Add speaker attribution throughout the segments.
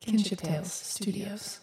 Speaker 1: Kinship Tales Studios.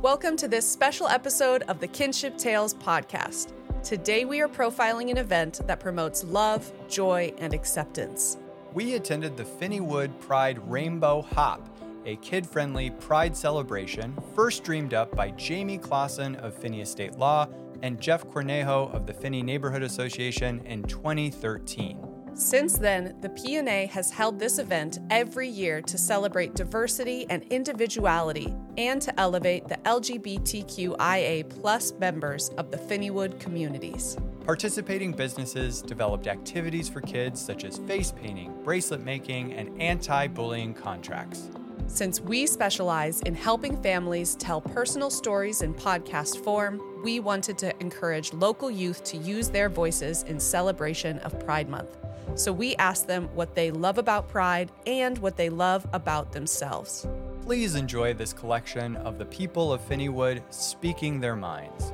Speaker 2: Welcome to this special episode of the Kinship Tales podcast. Today we are profiling an event that promotes love, joy, and acceptance.
Speaker 3: We attended the Finneywood Pride Rainbow Hop, a kid friendly pride celebration first dreamed up by Jamie Clausen of Finney Estate Law and Jeff Cornejo of the Finney Neighborhood Association in 2013.
Speaker 2: Since then, the PNA has held this event every year to celebrate diversity and individuality and to elevate the LGBTQIA plus members of the Finneywood communities.
Speaker 3: Participating businesses developed activities for kids such as face painting, bracelet making, and anti bullying contracts.
Speaker 2: Since we specialize in helping families tell personal stories in podcast form, we wanted to encourage local youth to use their voices in celebration of Pride Month. So we asked them what they love about Pride and what they love about themselves.
Speaker 3: Please enjoy this collection of the people of Finneywood speaking their minds.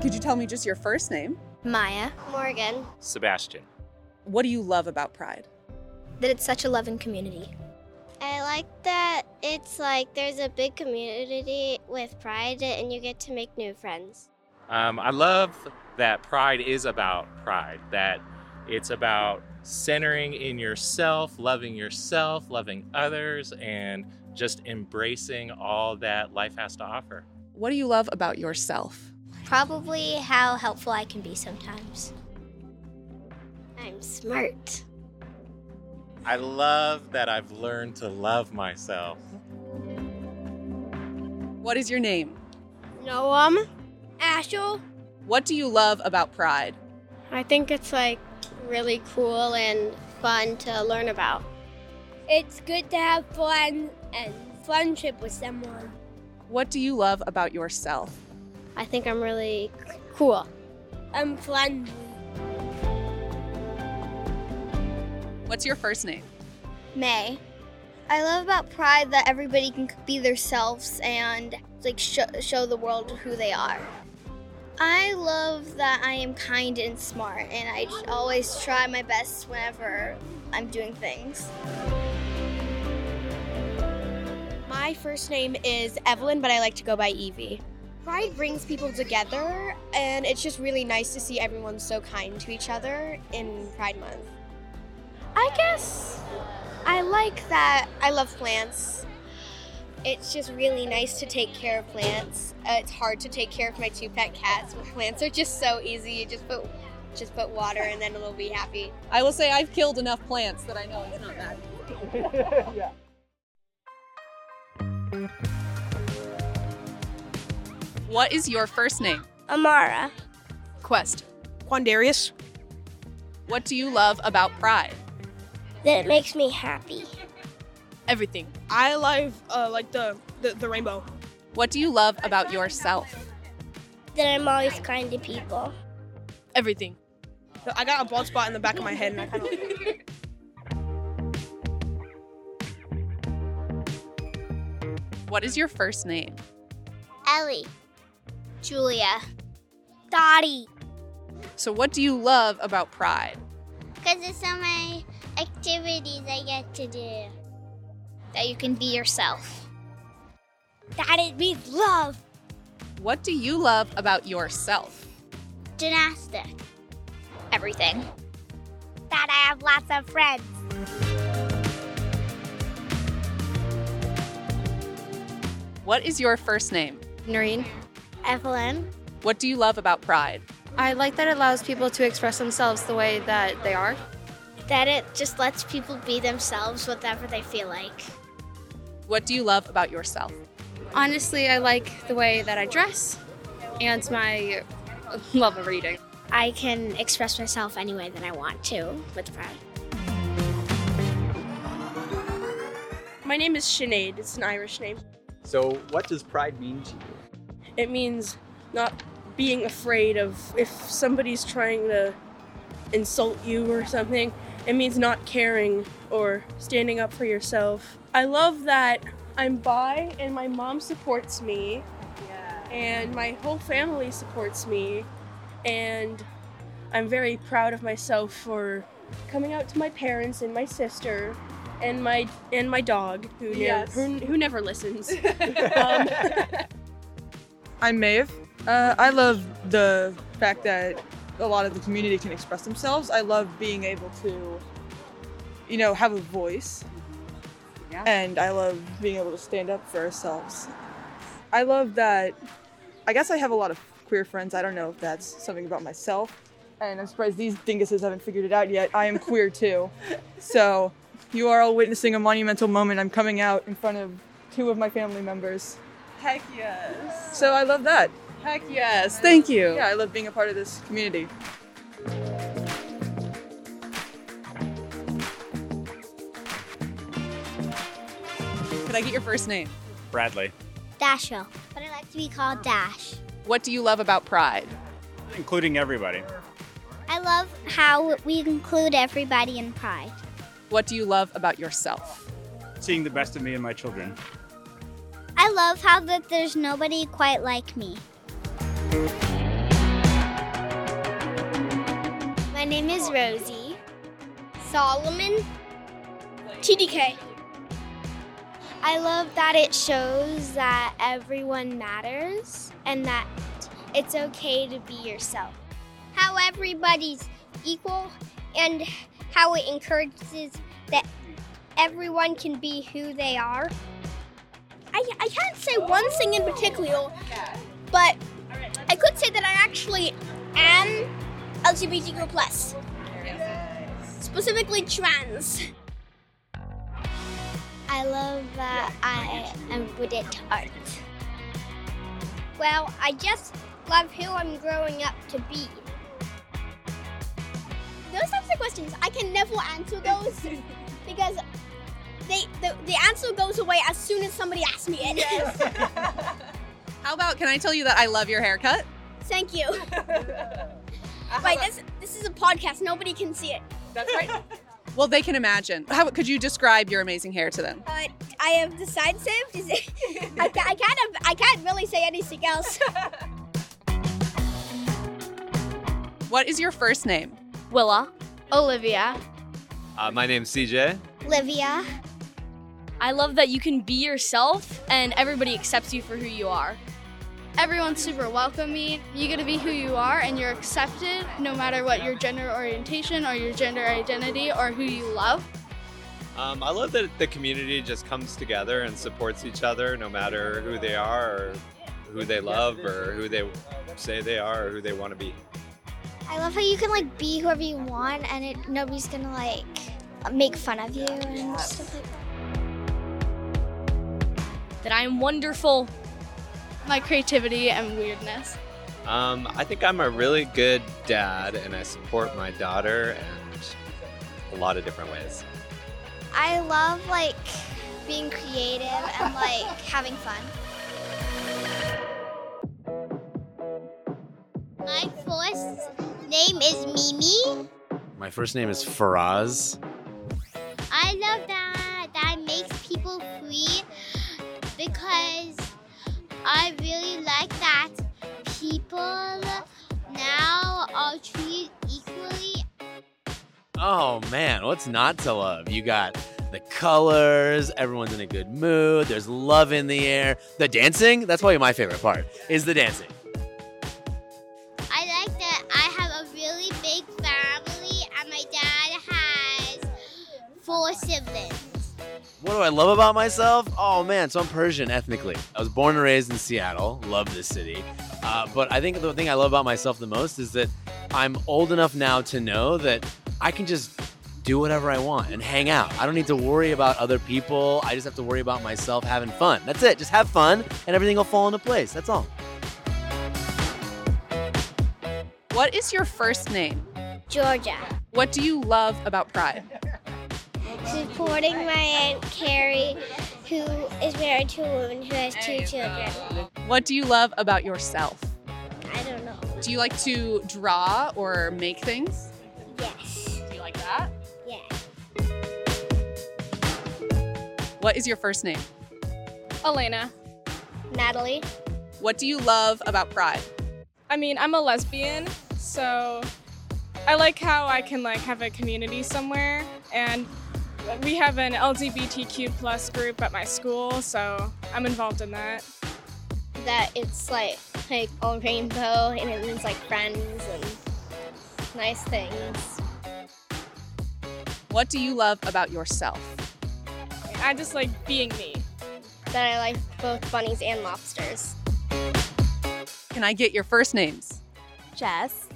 Speaker 2: Could you tell me just your first name?
Speaker 4: Maya. Morgan.
Speaker 5: Sebastian.
Speaker 2: What do you love about Pride?
Speaker 4: That it's such a loving community. I like that it's like there's a big community with pride and you get to make new friends.
Speaker 5: Um, I love that pride is about pride, that it's about centering in yourself, loving yourself, loving others, and just embracing all that life has to offer.
Speaker 2: What do you love about yourself?
Speaker 4: Probably how helpful I can be sometimes. I'm smart.
Speaker 5: I love that I've learned to love myself.
Speaker 2: What is your name?
Speaker 4: Noam. Ashel.
Speaker 2: What do you love about Pride?
Speaker 4: I think it's like really cool and fun to learn about. It's good to have fun and friendship with someone.
Speaker 2: What do you love about yourself?
Speaker 4: I think I'm really cool. I'm friendly.
Speaker 2: What's your first name?
Speaker 4: May. I love about pride that everybody can be themselves and like sh- show the world who they are. I love that I am kind and smart, and I j- always try my best whenever I'm doing things.
Speaker 6: My first name is Evelyn, but I like to go by Evie. Pride brings people together, and it's just really nice to see everyone so kind to each other in Pride Month. I guess I like that I love plants. It's just really nice to take care of plants. Uh, it's hard to take care of my two pet cats, but plants are just so easy. You just put just put water, and then it'll be happy.
Speaker 2: I will say I've killed enough plants that I know it's not that. What is your first name?
Speaker 4: Amara.
Speaker 2: Quest.
Speaker 7: Quandarius.
Speaker 2: What do you love about Pride?
Speaker 4: That it makes me happy.
Speaker 7: Everything. I love uh, like the, the the rainbow.
Speaker 2: What do you love about yourself?
Speaker 4: That I'm always kind to people.
Speaker 7: Everything. I got a bald spot in the back of my head, and I kind of.
Speaker 2: What is your first name?
Speaker 4: Ellie. Julia. Dottie.
Speaker 2: So, what do you love about Pride?
Speaker 4: Because there's so many activities I get to do. That you can be yourself. That it means love.
Speaker 2: What do you love about yourself?
Speaker 4: Gymnastic. Everything. That I have lots of friends.
Speaker 2: What is your first name?
Speaker 8: Noreen.
Speaker 4: Evelyn.
Speaker 2: What do you love about Pride?
Speaker 8: I like that it allows people to express themselves the way that they are.
Speaker 4: That it just lets people be themselves, whatever they feel like.
Speaker 2: What do you love about yourself?
Speaker 8: Honestly, I like the way that I dress and my love of reading.
Speaker 4: I can express myself any way that I want to with pride.
Speaker 7: My name is Sinead. It's an Irish name.
Speaker 3: So, what does pride mean to you?
Speaker 9: it means not being afraid of if somebody's trying to insult you or something. It means not caring or standing up for yourself. I love that I'm bi and my mom supports me, and my whole family supports me, and I'm very proud of myself for coming out to my parents and my sister and my and my dog who nev-
Speaker 7: Yes.
Speaker 9: who, who never listens. um,
Speaker 10: I'm Maeve. Uh, I love the fact that a lot of the community can express themselves. I love being able to, you know, have a voice. And I love being able to stand up for ourselves. I love that. I guess I have a lot of queer friends. I don't know if that's something about myself. And I'm surprised these dinguses haven't figured it out yet. I am queer too. So you are all witnessing a monumental moment. I'm coming out in front of two of my family members.
Speaker 7: Heck yes.
Speaker 10: So I love that.
Speaker 7: Heck yes. Thank you.
Speaker 10: Yeah, I love being a part of this community.
Speaker 2: Could I get your first name?
Speaker 11: Bradley.
Speaker 4: Dashiell, but I like to be called Dash.
Speaker 2: What do you love about Pride?
Speaker 11: Including everybody.
Speaker 4: I love how we include everybody in Pride.
Speaker 2: What do you love about yourself?
Speaker 11: Seeing the best of me and my children.
Speaker 4: I love how that there's nobody quite like me.
Speaker 6: My name is Rosie.
Speaker 4: Solomon.
Speaker 6: TDK. I love that it shows that everyone matters and that it's okay to be yourself.
Speaker 4: How everybody's equal and how it encourages that everyone can be who they are. I, I can't say one thing in particular, but I could say that I actually am LGBTQ plus, specifically trans.
Speaker 6: I love that I am good at art.
Speaker 4: Well, I just love who I'm growing up to be.
Speaker 12: Those types of questions, I can never answer those because they the, the answer goes away as soon as somebody asks me it.
Speaker 2: How about can I tell you that I love your haircut?
Speaker 12: Thank you. Wait, this this is a podcast. Nobody can see it. That's right.
Speaker 2: Well, they can imagine. How could you describe your amazing hair to them?
Speaker 12: Uh, I have the side saved. Is it- I, ca- I can't. have- I can't really say anything else.
Speaker 2: What is your first name?
Speaker 13: Willa. Olivia.
Speaker 14: Uh, my name's CJ.
Speaker 13: Livia. I love that you can be yourself and everybody accepts you for who you are.
Speaker 1: Everyone's super welcoming. You get to be who you are and you're accepted no matter what your gender orientation or your gender identity or who you love.
Speaker 14: Um, I love that the community just comes together and supports each other no matter who they are or who they love or who they say they are or who they want to be.
Speaker 4: I love how you can like be whoever you want, and it, nobody's gonna like make fun of you and stuff like that.
Speaker 13: That I am wonderful.
Speaker 1: My creativity and weirdness.
Speaker 14: Um, I think I'm a really good dad and I support my daughter and a lot of different ways.
Speaker 4: I love like being creative and like having fun. My first name is Mimi.
Speaker 15: My first name is Faraz.
Speaker 4: I love that that makes people free because I really like that people now are treated equally
Speaker 15: Oh man, what's not to love? You got the colors, everyone's in a good mood, there's love in the air. The dancing, that's probably my favorite part, is the dancing.
Speaker 4: I like that I have a really big family and my dad has four siblings.
Speaker 15: What do I love about myself? Oh man, so I'm Persian ethnically. I was born and raised in Seattle, love this city. Uh, but I think the thing I love about myself the most is that I'm old enough now to know that I can just do whatever I want and hang out. I don't need to worry about other people. I just have to worry about myself having fun. That's it. Just have fun and everything will fall into place. That's all.
Speaker 2: What is your first name?
Speaker 4: Georgia.
Speaker 2: What do you love about Pride?
Speaker 4: Supporting my Aunt Carrie, who is married to a woman who has two children.
Speaker 2: What do you love about yourself?
Speaker 4: I don't know.
Speaker 2: Do you like to draw or make things?
Speaker 4: Yes.
Speaker 2: Do you like that?
Speaker 4: Yeah.
Speaker 2: What is your first name?
Speaker 13: Elena.
Speaker 6: Natalie.
Speaker 2: What do you love about Pride?
Speaker 16: I mean, I'm a lesbian,
Speaker 17: So I like how I can like have a community somewhere and we have an LGBTQ plus group at my school, so I'm involved in that.
Speaker 6: That it's like like all rainbow and it means like friends and nice things.
Speaker 2: What do you love about yourself?
Speaker 17: I just like being me.
Speaker 6: That I like both bunnies and lobsters.
Speaker 2: Can I get your first names?
Speaker 18: Jess.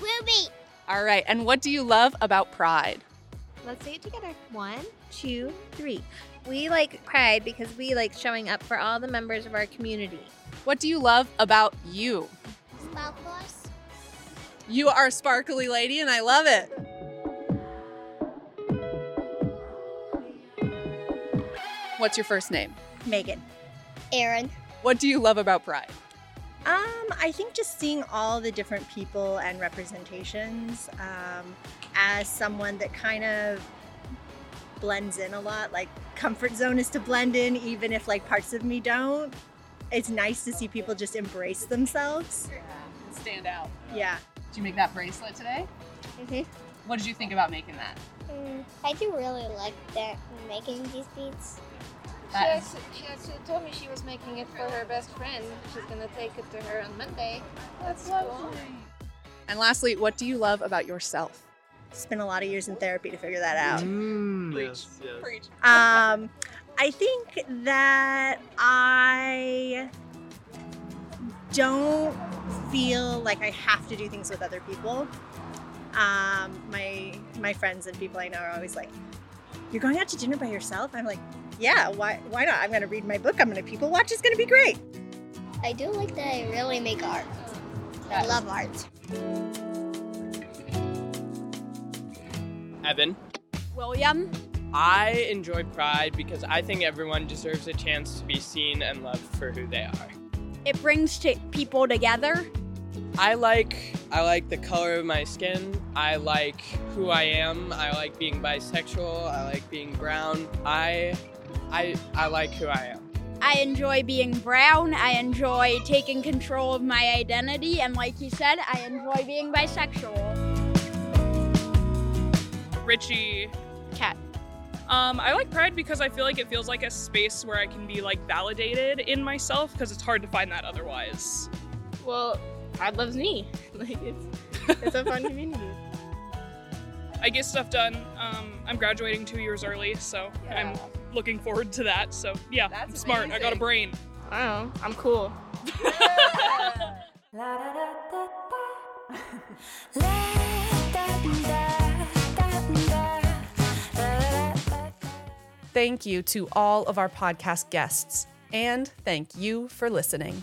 Speaker 19: Ruby.
Speaker 2: All right. And what do you love about Pride?
Speaker 18: Let's say it together. One, two, three. We like Pride because we like showing up for all the members of our community.
Speaker 2: What do you love about you?
Speaker 19: Sparkles.
Speaker 2: You are a sparkly lady, and I love it. What's your first name?
Speaker 18: Megan.
Speaker 6: Aaron.
Speaker 2: What do you love about Pride?
Speaker 18: Um, I think just seeing all the different people and representations um, as someone that kind of blends in a lot. Like comfort zone is to blend in, even if like parts of me don't. It's nice to see people just embrace themselves.
Speaker 2: Stand out.
Speaker 18: Yeah.
Speaker 2: Did you make that bracelet today?
Speaker 6: Mhm.
Speaker 2: What did you think about making that?
Speaker 19: Mm-hmm. Mm, I do really like that making these beats.
Speaker 20: She actually, she actually told me she was making it for her best friend. She's gonna take it to her on Monday. That's lovely.
Speaker 2: And lastly, what do you love about yourself?
Speaker 18: Spent a lot of years in therapy to figure that out.
Speaker 2: Preach.
Speaker 18: Um, I think that I don't feel like I have to do things with other people. Um, my my friends and people I know are always like, "You're going out to dinner by yourself?" I'm like, "Yeah, why why not? I'm going to read my book. I'm going to people watch. It's going to be great."
Speaker 6: I do like that I really make art.
Speaker 20: Oh.
Speaker 6: I love art.
Speaker 21: Evan.
Speaker 22: William.
Speaker 21: I enjoy Pride because I think everyone deserves a chance to be seen and loved for who they are.
Speaker 23: It brings t- people together.
Speaker 21: I like I like the color of my skin. I like who I am. I like being bisexual. I like being brown. I I I like who I am.
Speaker 23: I enjoy being brown. I enjoy taking control of my identity. And like you said, I enjoy being bisexual.
Speaker 9: Richie.
Speaker 23: Cat.
Speaker 9: Um, I like Pride because I feel like it feels like a space where I can be like validated in myself because it's hard to find that otherwise.
Speaker 20: Well, Pride loves me. Like it's it's a fun community.
Speaker 9: I get stuff done. Um, I'm graduating two years early, so I'm looking forward to that. So yeah, I'm smart. I got a
Speaker 20: amazing.
Speaker 9: brain.
Speaker 20: I don't know. I'm cool.
Speaker 2: Thank you to all of our podcast guests, and thank you for listening.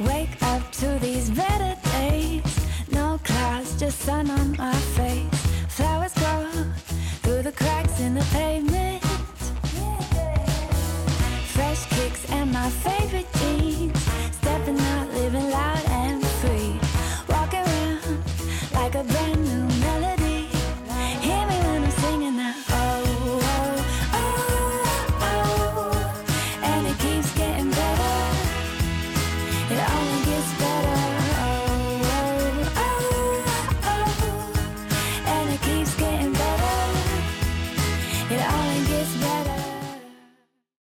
Speaker 4: Wake up to these better days. No clouds, just sun on my face. Flowers grow through the cracks in the pavement. Fresh kicks and my favorite Oh, oh. Oh,